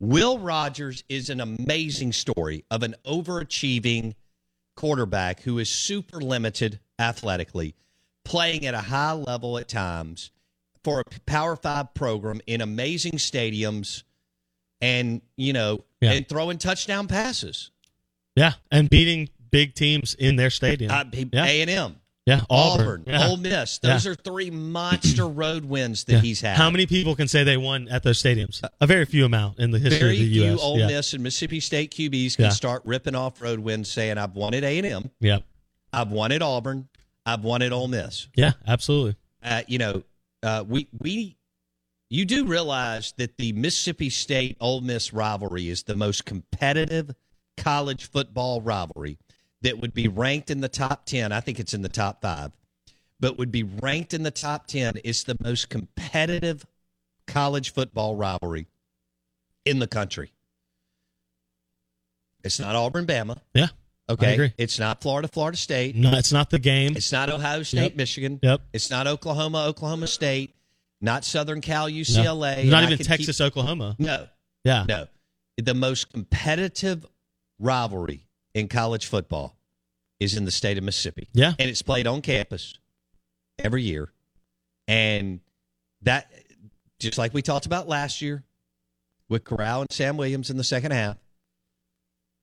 Speaker 4: Will Rogers is an amazing story of an overachieving quarterback who is super limited athletically, playing at a high level at times for a Power 5 program in amazing stadiums and, you know,
Speaker 6: Yeah.
Speaker 4: and throwing touchdown passes.
Speaker 6: yeah, and beating big teams in their stadium.
Speaker 4: Uh, he-
Speaker 6: yeah.
Speaker 4: A&M,
Speaker 6: yeah, Auburn,
Speaker 4: Auburn,
Speaker 6: yeah.
Speaker 4: Ole Miss. Those
Speaker 6: Yeah.
Speaker 4: are three monster road wins that
Speaker 6: Yeah.
Speaker 4: he's had.
Speaker 6: How many people can say they won at those stadiums? A very few amount in the history
Speaker 4: Very
Speaker 6: of the
Speaker 4: few
Speaker 6: U.S.
Speaker 4: Ole
Speaker 6: yeah.
Speaker 4: Miss and Mississippi State QBs can
Speaker 6: Yeah.
Speaker 4: start ripping off road wins, saying, "I've won at A and M,
Speaker 6: Yeah,
Speaker 4: I've won at Auburn, I've won at Ole Miss."
Speaker 6: yeah, absolutely.
Speaker 4: Uh, you know, uh, we we you do realize that the Mississippi State Ole Miss rivalry is the most competitive college football rivalry that would be ranked in the top ten. I think it's in the top five, but would be ranked in the top ten. It's the most competitive college football rivalry in the country. It's not Auburn, Bama.
Speaker 6: Yeah,
Speaker 4: Okay.
Speaker 6: I agree.
Speaker 4: It's not Florida, Florida State.
Speaker 6: No, it's not the game.
Speaker 4: It's not Ohio State,
Speaker 6: Hmm. Yep.
Speaker 4: Michigan.
Speaker 6: Yep.
Speaker 4: It's not Oklahoma, Oklahoma State. Not Southern Cal,
Speaker 6: No.
Speaker 4: UCLA.
Speaker 6: It's
Speaker 4: And
Speaker 6: not
Speaker 4: I
Speaker 6: even
Speaker 4: could
Speaker 6: Texas,
Speaker 4: keep-
Speaker 6: Oklahoma.
Speaker 4: No.
Speaker 6: Yeah.
Speaker 4: No. The most competitive rivalry in college football is in the state of Mississippi.
Speaker 6: Yeah.
Speaker 4: And it's played on campus every year. And that, just like we talked about last year with Corral and Sam Williams in the second half,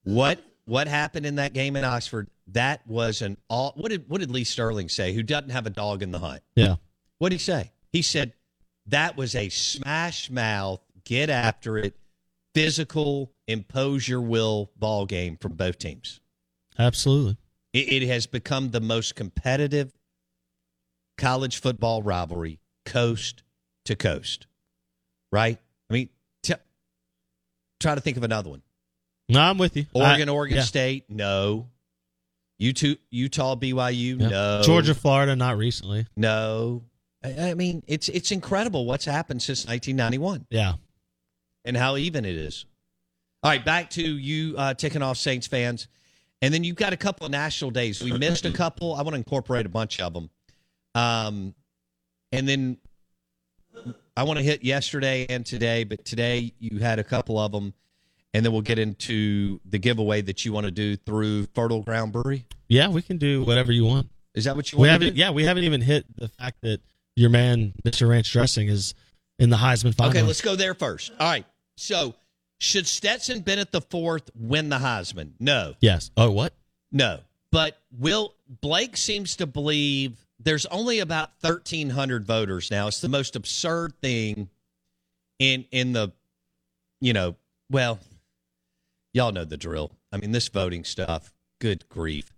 Speaker 4: what what happened in that game in Oxford? That was an all. What did what did Lee Sterling say? Who doesn't have a dog in the hunt?
Speaker 6: Yeah.
Speaker 4: What did he say? He said that was a smash mouth, get after it, physical, impose your will ball game from both teams.
Speaker 6: Absolutely.
Speaker 4: It, it has become the most competitive college football rivalry, coast to coast. Right? I mean, t- try to think of another one.
Speaker 6: No, I'm with you.
Speaker 4: Oregon,
Speaker 6: I-
Speaker 4: Oregon
Speaker 6: yeah.
Speaker 4: State, no. Utah, Utah, BYU,
Speaker 6: Yeah.
Speaker 4: no.
Speaker 6: Georgia, Florida, not recently.
Speaker 4: no. I, I mean, it's it's incredible what's happened since 1991
Speaker 6: Yeah.
Speaker 4: and how even it is. All right, back to you uh, ticking off Saints fans, and then you've got a couple of national days. We missed a couple. I want to incorporate a bunch of them, um, and then I want to hit yesterday and today, but today you had a couple of them, and then we'll get into the giveaway that you want to do through Fertile Ground Brewery.
Speaker 6: Yeah, we can do whatever you want.
Speaker 4: Is that what you want
Speaker 6: we
Speaker 4: to
Speaker 6: haven't?
Speaker 4: do?
Speaker 6: Yeah, we haven't even hit the fact that your man Mr. Ranch Dressing is in the Heisman final.
Speaker 4: Okay, let's go there first. All right. So, should Stetson Bennett the fourth win the Heisman? No.
Speaker 6: Yes. Oh, what?
Speaker 4: No. But Will Blake seems to believe there's only about 1300 voters now. It's the most absurd thing in in the you know, well, y'all know the drill. I mean, this voting stuff, good grief.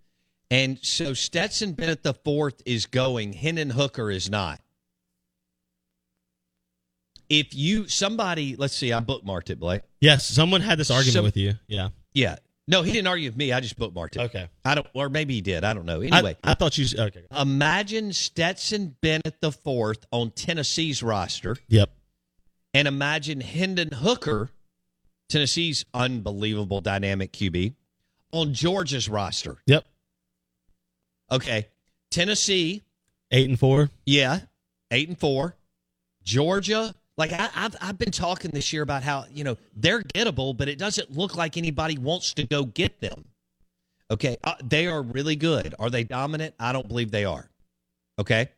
Speaker 4: And so Stetson Bennett the fourth is going, Hendon Hooker is not. If you somebody, let's see, I bookmarked it, Blake.
Speaker 6: Yes, someone had this argument
Speaker 4: Some-
Speaker 6: with you. Yeah.
Speaker 4: Yeah. No, he didn't argue with me. I just bookmarked it. Okay. I don't, or maybe he did. I don't know. Anyway,
Speaker 6: I, I thought you. Okay.
Speaker 4: imagine Stetson Bennett the fourth on Tennessee's roster,
Speaker 6: Yep.
Speaker 4: and imagine Hendon Hooker, Tennessee's unbelievable dynamic QB, on Georgia's roster.
Speaker 6: Yep.
Speaker 4: Okay. Tennessee,
Speaker 6: Eight and four.
Speaker 4: yeah, eight and four. Georgia, like I, I've I've been talking this year about how you know they're gettable, but it doesn't look like anybody wants to go get them. Okay, uh, they are really good. Are they dominant? I don't believe they are. Okay,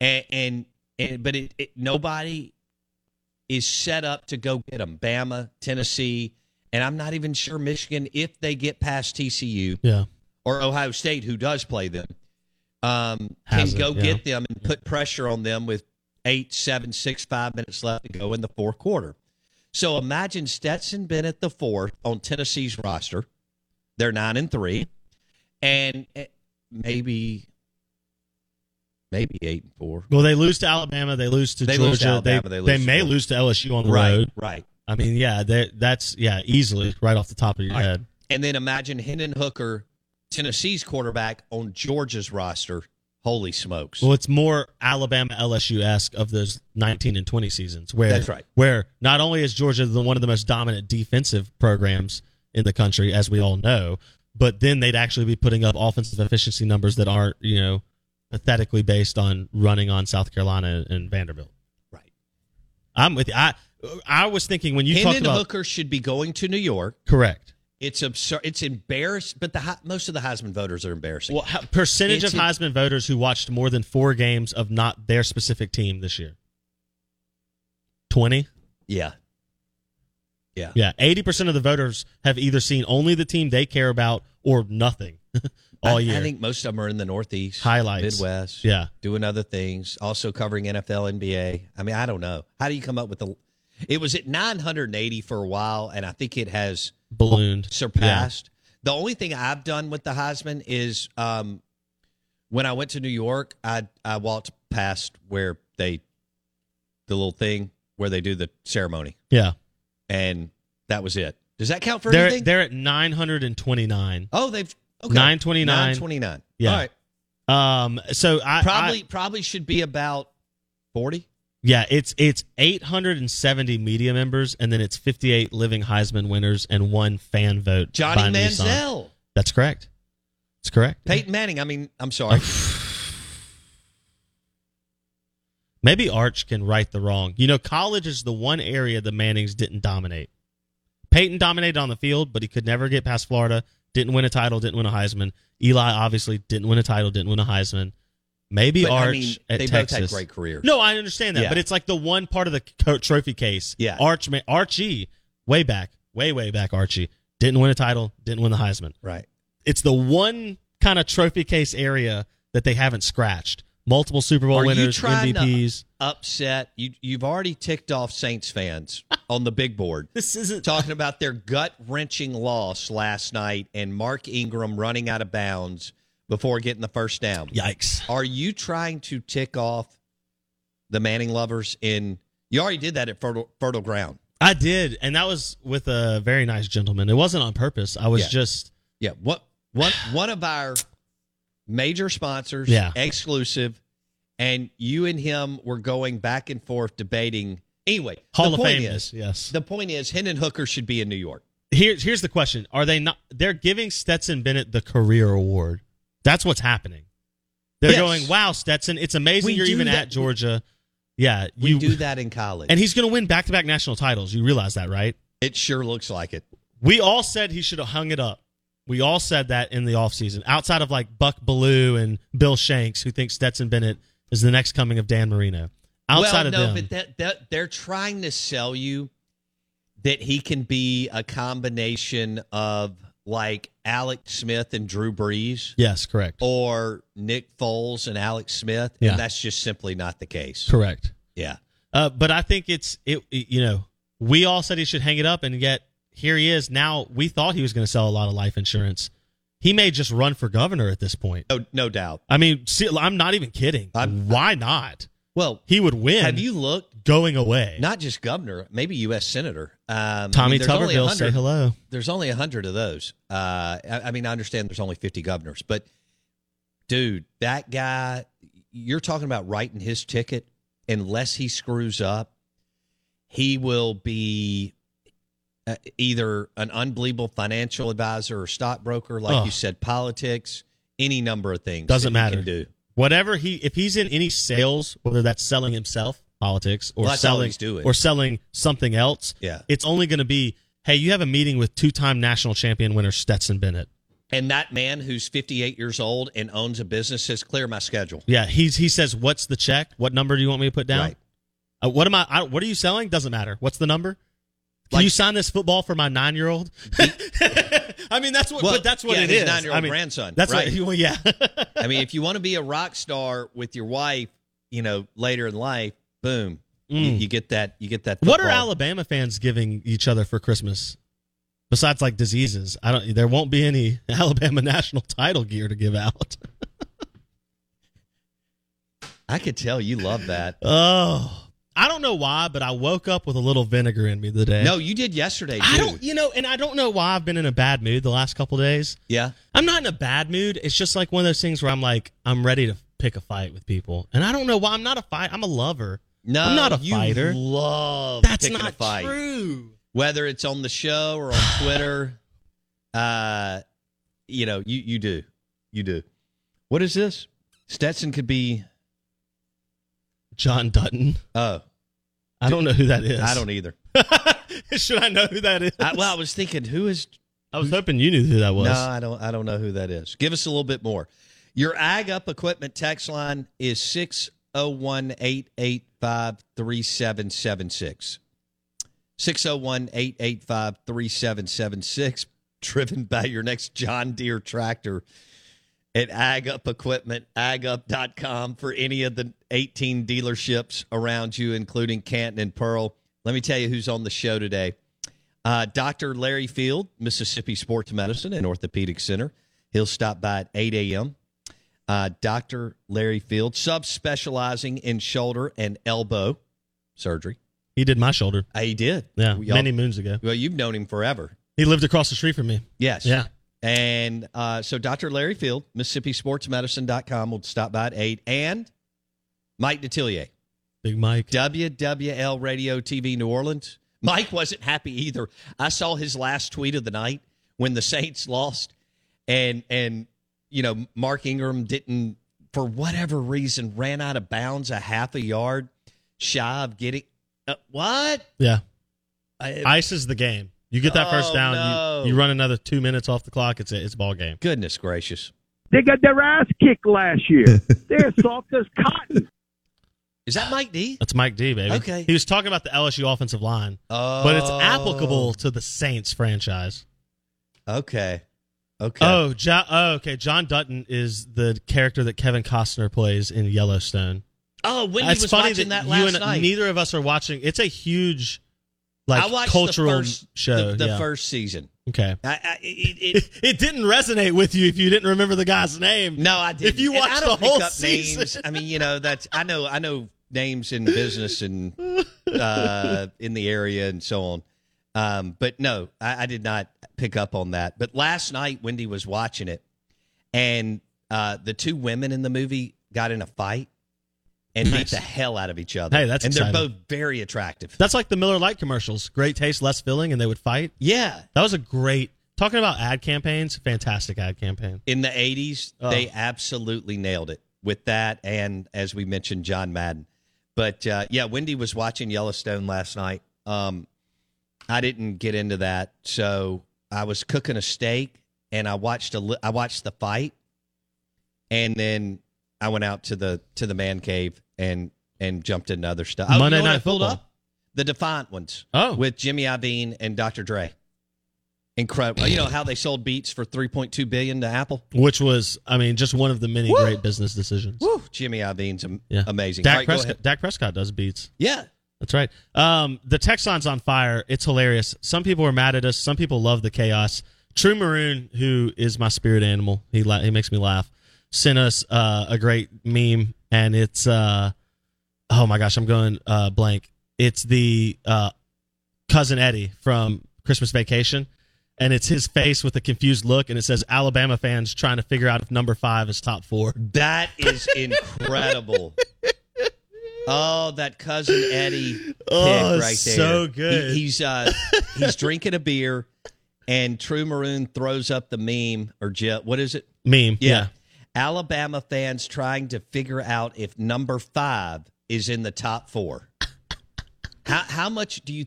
Speaker 4: and and, and but it, it nobody is set up to go get them. Bama, Tennessee, and I'm not even sure Michigan if they get past TCU
Speaker 6: Yeah.
Speaker 4: or Ohio State, who does play them, um, can
Speaker 6: Has it,
Speaker 4: go
Speaker 6: yeah.
Speaker 4: get them and put pressure on them with eight, seven, six, five minutes left to go in the fourth quarter. So imagine Stetson Bennett the fourth on Tennessee's roster. They're nine and three, and eh, maybe maybe eight and four.
Speaker 6: Well, they lose to Alabama. They lose to
Speaker 4: They
Speaker 6: Georgia.
Speaker 4: lose to Alabama,
Speaker 6: they,
Speaker 4: they
Speaker 6: they,
Speaker 4: lose to
Speaker 6: may
Speaker 4: Georgia.
Speaker 6: lose to LSU on the
Speaker 4: Right,
Speaker 6: road.
Speaker 4: right.
Speaker 6: I mean, yeah, they- that's yeah, easily right off the top of your head.
Speaker 4: And then imagine Hendon Hooker, Tennessee's quarterback, on Georgia's roster. Holy smokes!
Speaker 6: Well, it's more Alabama LSU esque of those 19 and 20 seasons where
Speaker 4: That's right.
Speaker 6: Where not only is Georgia the one of the most dominant defensive programs in the country, as we all know, but then they'd actually be putting up offensive efficiency numbers that aren't you know pathetically based on running on South Carolina and Vanderbilt.
Speaker 4: Right.
Speaker 6: I'm with you. I I was thinking when you talked
Speaker 4: Hendon
Speaker 6: about
Speaker 4: Hooker should be going to New York.
Speaker 6: correct
Speaker 4: It's absurd. It's embarrassed, but the Hei- most of the Heisman voters are embarrassing.
Speaker 6: Well, how, percentage
Speaker 4: It's
Speaker 6: of
Speaker 4: a-
Speaker 6: Heisman voters who watched more than four games of not their specific team this year. Twenty.
Speaker 4: yeah, yeah,
Speaker 6: Yeah, eighty percent of the voters have either seen only the team they care about or nothing all
Speaker 4: I,
Speaker 6: year.
Speaker 4: I think most of them are in the Northeast,
Speaker 6: Highlights.
Speaker 4: Midwest,
Speaker 6: Yeah.
Speaker 4: doing other things, also covering NFL, NBA. I mean, I don't know. How do you come up with the? It was at nine hundred and eighty for a while, and I think it has
Speaker 6: ballooned,
Speaker 4: surpassed. The only thing I've done with the Heisman is um, when I went to New York, I I walked past where they, the little thing where they do the ceremony.
Speaker 6: Yeah,
Speaker 4: and that was it. Does that count for
Speaker 6: they're
Speaker 4: anything?
Speaker 6: they're at nine hundred and twenty nine.
Speaker 4: oh, they've okay.
Speaker 6: 929.
Speaker 4: 929.
Speaker 6: Yeah.
Speaker 4: All right.
Speaker 6: Um. So I
Speaker 4: Probably
Speaker 6: I-
Speaker 4: probably should be about 40.
Speaker 6: yeah. It's it's eight hundred and seventy media members, and then it's fifty eight living Heisman winners and one fan vote.
Speaker 4: Johnny
Speaker 6: by Nissan.
Speaker 4: Manziel,
Speaker 6: That's correct. That's correct.
Speaker 4: Peyton Manning. I mean, I'm sorry.
Speaker 6: Maybe Arch can right the wrong. You know, college is the one area the Mannings didn't dominate. Peyton dominated on the field, but he could never get past Florida. Didn't win a title. Didn't win a Heisman. Eli obviously didn't win a title. Didn't win a Heisman. Maybe
Speaker 4: But, I
Speaker 6: Arch
Speaker 4: mean,
Speaker 6: at
Speaker 4: they both had
Speaker 6: Texas.
Speaker 4: great careers.
Speaker 6: No, I understand that,
Speaker 4: Yeah.
Speaker 6: but it's like the one part of the co- trophy case.
Speaker 4: Yeah.
Speaker 6: Arch ma- Archie way back, way way back. Archie didn't win a title. Didn't win the Heisman
Speaker 4: right.
Speaker 6: it's the one kind of trophy case area that they haven't scratched. Multiple Super Bowl
Speaker 4: Are you
Speaker 6: winners,
Speaker 4: trying
Speaker 6: MVPs.
Speaker 4: to upset? You you've already ticked off Saints fans on the big board.
Speaker 6: This isn't
Speaker 4: talking about their gut wrenching loss last night and Mark Ingram running out of bounds before getting the first down.
Speaker 6: Yikes!
Speaker 4: Are you trying to tick off the Manning lovers in? You already did that at fertile, fertile ground.
Speaker 6: I did, and that was with a very nice gentleman. It wasn't on purpose. I was
Speaker 4: Yeah.
Speaker 6: just
Speaker 4: Yeah. What one one of our major sponsors,
Speaker 6: Yeah.
Speaker 4: exclusive, and you and him were going back and forth debating. Anyway,
Speaker 6: Hall
Speaker 4: the
Speaker 6: of
Speaker 4: point
Speaker 6: Fame.
Speaker 4: is,
Speaker 6: yes.
Speaker 4: the point is, Hendon Hooker should be in New York.
Speaker 6: Here's here's the question: Are they not? They're giving Stetson Bennett the career award. That's what's happening. They're
Speaker 4: Yes.
Speaker 6: going, wow, Stetson, it's amazing
Speaker 4: We
Speaker 6: you're
Speaker 4: do
Speaker 6: even
Speaker 4: that-
Speaker 6: at Georgia. Yeah,
Speaker 4: We do that in college.
Speaker 6: And he's going to win back to back national titles. You realize that, right?
Speaker 4: It sure looks like it.
Speaker 6: We all said he should have hung it up. We all said that in the offseason, outside of like Buck Ballou and Bill Shanks, who thinks Stetson Bennett is the next coming of Dan Marino. Outside
Speaker 4: well,
Speaker 6: of
Speaker 4: no,
Speaker 6: them,
Speaker 4: but that, that they're trying to sell you that he can be a combination of like Alex Smith and Drew Brees.
Speaker 6: yes, correct.
Speaker 4: Oh. Or Nick Foles and Alex Smith.
Speaker 6: Yeah.
Speaker 4: And that's just simply not the case.
Speaker 6: Correct.
Speaker 4: Yeah.
Speaker 6: Uh, but I think it's it. it- You know, we all said he should hang it up, and yet here he is. Now we thought he was going to sell a lot of life insurance. He may just run for governor at this point.
Speaker 4: No, no doubt.
Speaker 6: I mean, see, I'm not even kidding. Why not?
Speaker 4: Well,
Speaker 6: he would win.
Speaker 4: Have you looked
Speaker 6: going away?
Speaker 4: Not just governor, maybe U.S. senator. Um,
Speaker 6: Tommy
Speaker 4: there's only
Speaker 6: Tuberville, say
Speaker 4: 100
Speaker 6: hello.
Speaker 4: There's only a hundred of those. Uh, I, I mean, I understand there's only 50 governors, but dude, that guy, you're talking about writing his ticket. Unless he screws up, he will be uh, either an unbelievable financial advisor or stockbroker, like
Speaker 6: Ugh.
Speaker 4: you said, politics, any number of things.
Speaker 6: Doesn't
Speaker 4: that he
Speaker 6: matter.
Speaker 4: can do.
Speaker 6: Whatever he, if he's in any sales, whether that's selling himself, politics, or
Speaker 4: Well, that's all
Speaker 6: selling
Speaker 4: he's doing.
Speaker 6: or selling something else,
Speaker 4: Yeah.
Speaker 6: it's only going to be, hey, you have a meeting with two-time national champion winner Stetson Bennett.
Speaker 4: And that man who's 58 years old and owns a business says, clear my schedule.
Speaker 6: Yeah, he's he says, "What's the check? What number do you want me to put down?
Speaker 4: Right.
Speaker 6: Uh, what am I, I? What are you selling? Doesn't matter. What's the number? Can you sign this football for my nine-year-old? I mean, that's what.
Speaker 4: Well,
Speaker 6: but that's what
Speaker 4: yeah,
Speaker 6: it
Speaker 4: his
Speaker 6: is.
Speaker 4: nine-year-old
Speaker 6: I mean,
Speaker 4: grandson,
Speaker 6: That's
Speaker 4: right.
Speaker 6: What, well, yeah.
Speaker 4: I mean, if you want to be a rock star with your wife, you know, later in life, boom, you,
Speaker 6: Mm.
Speaker 4: you get that. You get that.
Speaker 6: what are
Speaker 4: football.
Speaker 6: Alabama fans giving each other for Christmas? Besides, like diseases, I don't. There won't be any Alabama national title gear to give out.
Speaker 4: I could tell you love that.
Speaker 6: Oh, I don't know why, but I woke up with a little vinegar in me today.
Speaker 4: No, you did yesterday. Too.
Speaker 6: I don't, you know, and I don't know why I've been in a bad mood the last couple days.
Speaker 4: Yeah.
Speaker 6: I'm not in a bad mood. It's just like one of those things where I'm like, I'm ready to pick a fight with people, and I don't know why. I'm not a fight. I'm a lover.
Speaker 4: No,
Speaker 6: I'm not a
Speaker 4: you
Speaker 6: fighter.
Speaker 4: Love.
Speaker 6: That's
Speaker 4: picking a
Speaker 6: not
Speaker 4: fight.
Speaker 6: true.
Speaker 4: Whether it's on the show or on Twitter, uh, you know, you you do, you do. What is this? Stetson could be.
Speaker 6: John Dutton.
Speaker 4: Oh,
Speaker 6: I don't know who that is.
Speaker 4: I don't either.
Speaker 6: Should I know who that is?
Speaker 4: I, well, I was thinking, who is?
Speaker 6: I was hoping you knew who that was.
Speaker 4: No, I don't. I don't know who that is. Give us a little bit more. Your Ag Up Equipment text line is 601-885-3776. 601-885-3776. Driven by your next John Deere tractor at Ag Up Equipment, agup.com for any of the 18 dealerships around you, including Canton and Pearl. Let me tell you who's on the show today. Uh, Dr. Larry Field, Mississippi Sports Medicine and Orthopedic Center. He'll stop by at 8 a.m. Uh, Dr. Larry Field, subspecializing in shoulder and elbow surgery.
Speaker 6: He did my shoulder.
Speaker 4: Uh, he did.
Speaker 6: Yeah,
Speaker 4: Y'all-
Speaker 6: many moons ago.
Speaker 4: Well, you've known him forever.
Speaker 6: He lived across the street from me.
Speaker 4: Yes.
Speaker 6: Yeah.
Speaker 4: And uh, so Dr. Larry Field, MississippiSportsMedicine.com will stop by at 8 and Mike Detillier.
Speaker 6: Big Mike.
Speaker 4: WWL Radio TV New Orleans. Mike wasn't happy either. I saw his last tweet of the night when the Saints lost and and you know Mark Ingram didn't for whatever reason ran out of bounds a half a yard shy of getting uh, what?
Speaker 6: Yeah.
Speaker 4: I-
Speaker 6: Ice is the game. You get that first
Speaker 4: Oh,
Speaker 6: down,
Speaker 4: no.
Speaker 6: you, you run another two minutes off the clock. It's a, it's a ball game.
Speaker 4: Goodness gracious.
Speaker 5: They got their ass kicked last year. They're soft as cotton.
Speaker 4: Is that Mike D?
Speaker 6: That's Mike D, baby.
Speaker 4: Okay.
Speaker 6: He was talking about the LSU offensive line,
Speaker 4: Oh.
Speaker 6: but it's applicable to the Saints franchise.
Speaker 4: Okay. Okay.
Speaker 6: Oh, jo- oh, okay. John Dutton is the character that Kevin Costner plays in Yellowstone.
Speaker 4: Oh, when he
Speaker 6: It's
Speaker 4: was
Speaker 6: funny
Speaker 4: watching that
Speaker 6: you
Speaker 4: last
Speaker 6: and
Speaker 4: night.
Speaker 6: neither of us are watching. It's a huge, like
Speaker 4: I watched
Speaker 6: cultural
Speaker 4: the first,
Speaker 6: show.
Speaker 4: The, the
Speaker 6: yeah.
Speaker 4: first season.
Speaker 6: Okay.
Speaker 4: I, I, it, it,
Speaker 6: It didn't resonate with you if you didn't remember the guy's name.
Speaker 4: No, I didn't.
Speaker 6: If you
Speaker 4: And I
Speaker 6: watched the
Speaker 4: don't pick
Speaker 6: whole
Speaker 4: up
Speaker 6: season,
Speaker 4: names. I mean, you know, that's I know I know names in business and uh, in the area and so on. Um, but no, I, I did not pick up on that. But last night, Wendy was watching it, and uh, the two women in the movie got in a fight and beat
Speaker 6: Nice.
Speaker 4: the hell out of each other.
Speaker 6: Hey, that's
Speaker 4: and they're
Speaker 6: exciting.
Speaker 4: both very attractive.
Speaker 6: that's like the Miller Lite commercials. Great taste, less filling, and they would fight.
Speaker 4: Yeah,
Speaker 6: That was a great talking about ad campaigns. Fantastic ad campaign.
Speaker 4: in the 80s
Speaker 6: Oh.
Speaker 4: they absolutely nailed it with that and as we mentioned john madden But uh, yeah, Wendy was watching Yellowstone last night. Um, I didn't get into that, so I was cooking a steak and I watched a li- I watched the fight, and then I went out to the to the man cave and and jumped into other stuff. Oh, you
Speaker 6: Monday
Speaker 4: know what
Speaker 6: Night
Speaker 4: I pulled
Speaker 6: Football.
Speaker 4: up? the Defiant ones. Oh, with Jimmy Iovine and Dr. Dre. Incredible. you know how they sold Beats for three point two billion to Apple.
Speaker 6: Which was, I mean, just one of the many great business decisions.
Speaker 4: Woo, Jimmy Iovine's am-
Speaker 6: Yeah.
Speaker 4: amazing.
Speaker 6: Dak,
Speaker 4: All right, go ahead.
Speaker 6: Prescott, Dak Prescott does beats.
Speaker 4: Yeah.
Speaker 6: That's right. Um, the text line's on fire. It's hilarious. Some people are mad at us. Some people love the chaos. True Maroon, who is my spirit animal, he la- he makes me laugh. Sent us uh, a great meme, and it's uh, oh my gosh, I'm going uh, blank. It's the uh, cousin Eddie from Christmas Vacation, and it's his face with a confused look, and it says Alabama fans trying to figure out if number five is top four.
Speaker 4: That is incredible. oh, that cousin Eddie pick
Speaker 6: Oh,
Speaker 4: right there.
Speaker 6: it's so good.
Speaker 4: He- he's uh, he's drinking a beer, and True Maroon throws up the meme or jet. What is it?
Speaker 6: Meme, yeah.
Speaker 4: Alabama fans trying to figure out if number five is in the top four. how how much do you?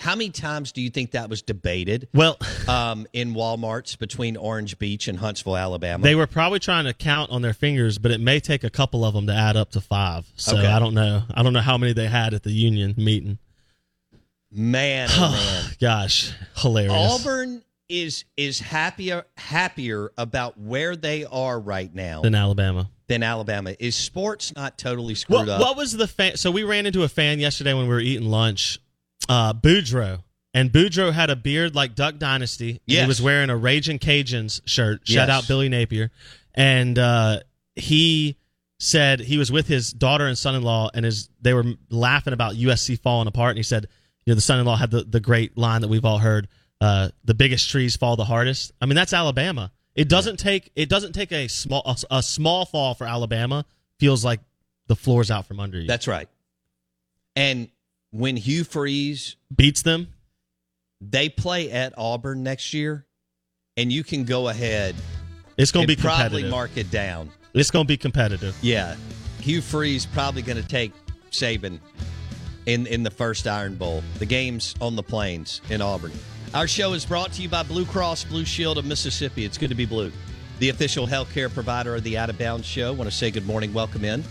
Speaker 4: How many times do you think that was debated?
Speaker 6: Well,
Speaker 4: um, in WalMarts between Orange Beach and Huntsville, Alabama.
Speaker 6: They were probably trying to count on their fingers, but it may take a couple of them to add up to five. So
Speaker 4: Okay.
Speaker 6: I don't know. I don't know how many they had at the union meeting.
Speaker 4: Man, oh man.
Speaker 6: gosh, hilarious.
Speaker 4: Auburn is is happier happier about where they are right now
Speaker 6: Than Alabama.
Speaker 4: than Alabama. Is sports not totally
Speaker 6: What,
Speaker 4: screwed up?
Speaker 6: what was the fan? So we ran into a fan yesterday when we were eating lunch, uh, Boudreaux. And Boudreaux had a beard like Duck Dynasty. and He
Speaker 8: Yes.
Speaker 6: was wearing a Raging Cajuns shirt. Shout
Speaker 8: Yes.
Speaker 6: out Billy Napier. And uh, he said he was with his daughter and son in law, and his they were laughing about USC falling apart. And he said, you know, the son in law had the, the great line that we've all heard uh, the biggest trees fall the hardest. I mean, that's Alabama. It doesn't take it doesn't take a small a, a small fall for Alabama feels like the floor's out from under you.
Speaker 4: That's right. and when Hugh Freeze
Speaker 6: beats them,
Speaker 4: they play at Auburn next year, and you can go ahead.
Speaker 6: It's gonna
Speaker 4: and
Speaker 6: be
Speaker 4: probably
Speaker 6: competitive.
Speaker 4: mark it down.
Speaker 6: It's going to be competitive.
Speaker 4: Yeah, Hugh Freeze probably going to take Saban in in the first Iron Bowl. The game's on the plains in Auburn. Our show is brought to you by Blue Cross Blue Shield of Mississippi. It's good to be blue, the official healthcare provider of the Out of Bounds Show. Want to say good morning, welcome in.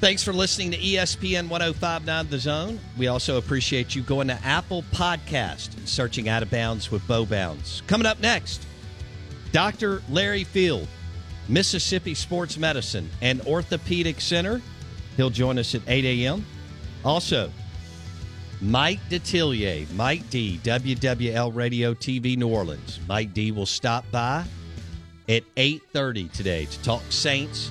Speaker 4: Thanks for listening to E ESPN 1059 The Zone. We also appreciate you going to Apple Podcast and searching Out of Bounds with Bow Bounds. Coming up next, Dr. Larry Field, Mississippi Sports Medicine and Orthopedic Center. He'll join us at 8 a.m. Also, Mike Detillier, Mike D, WWL Radio TV New Orleans. Mike D will stop by at 8.30 today to talk Saints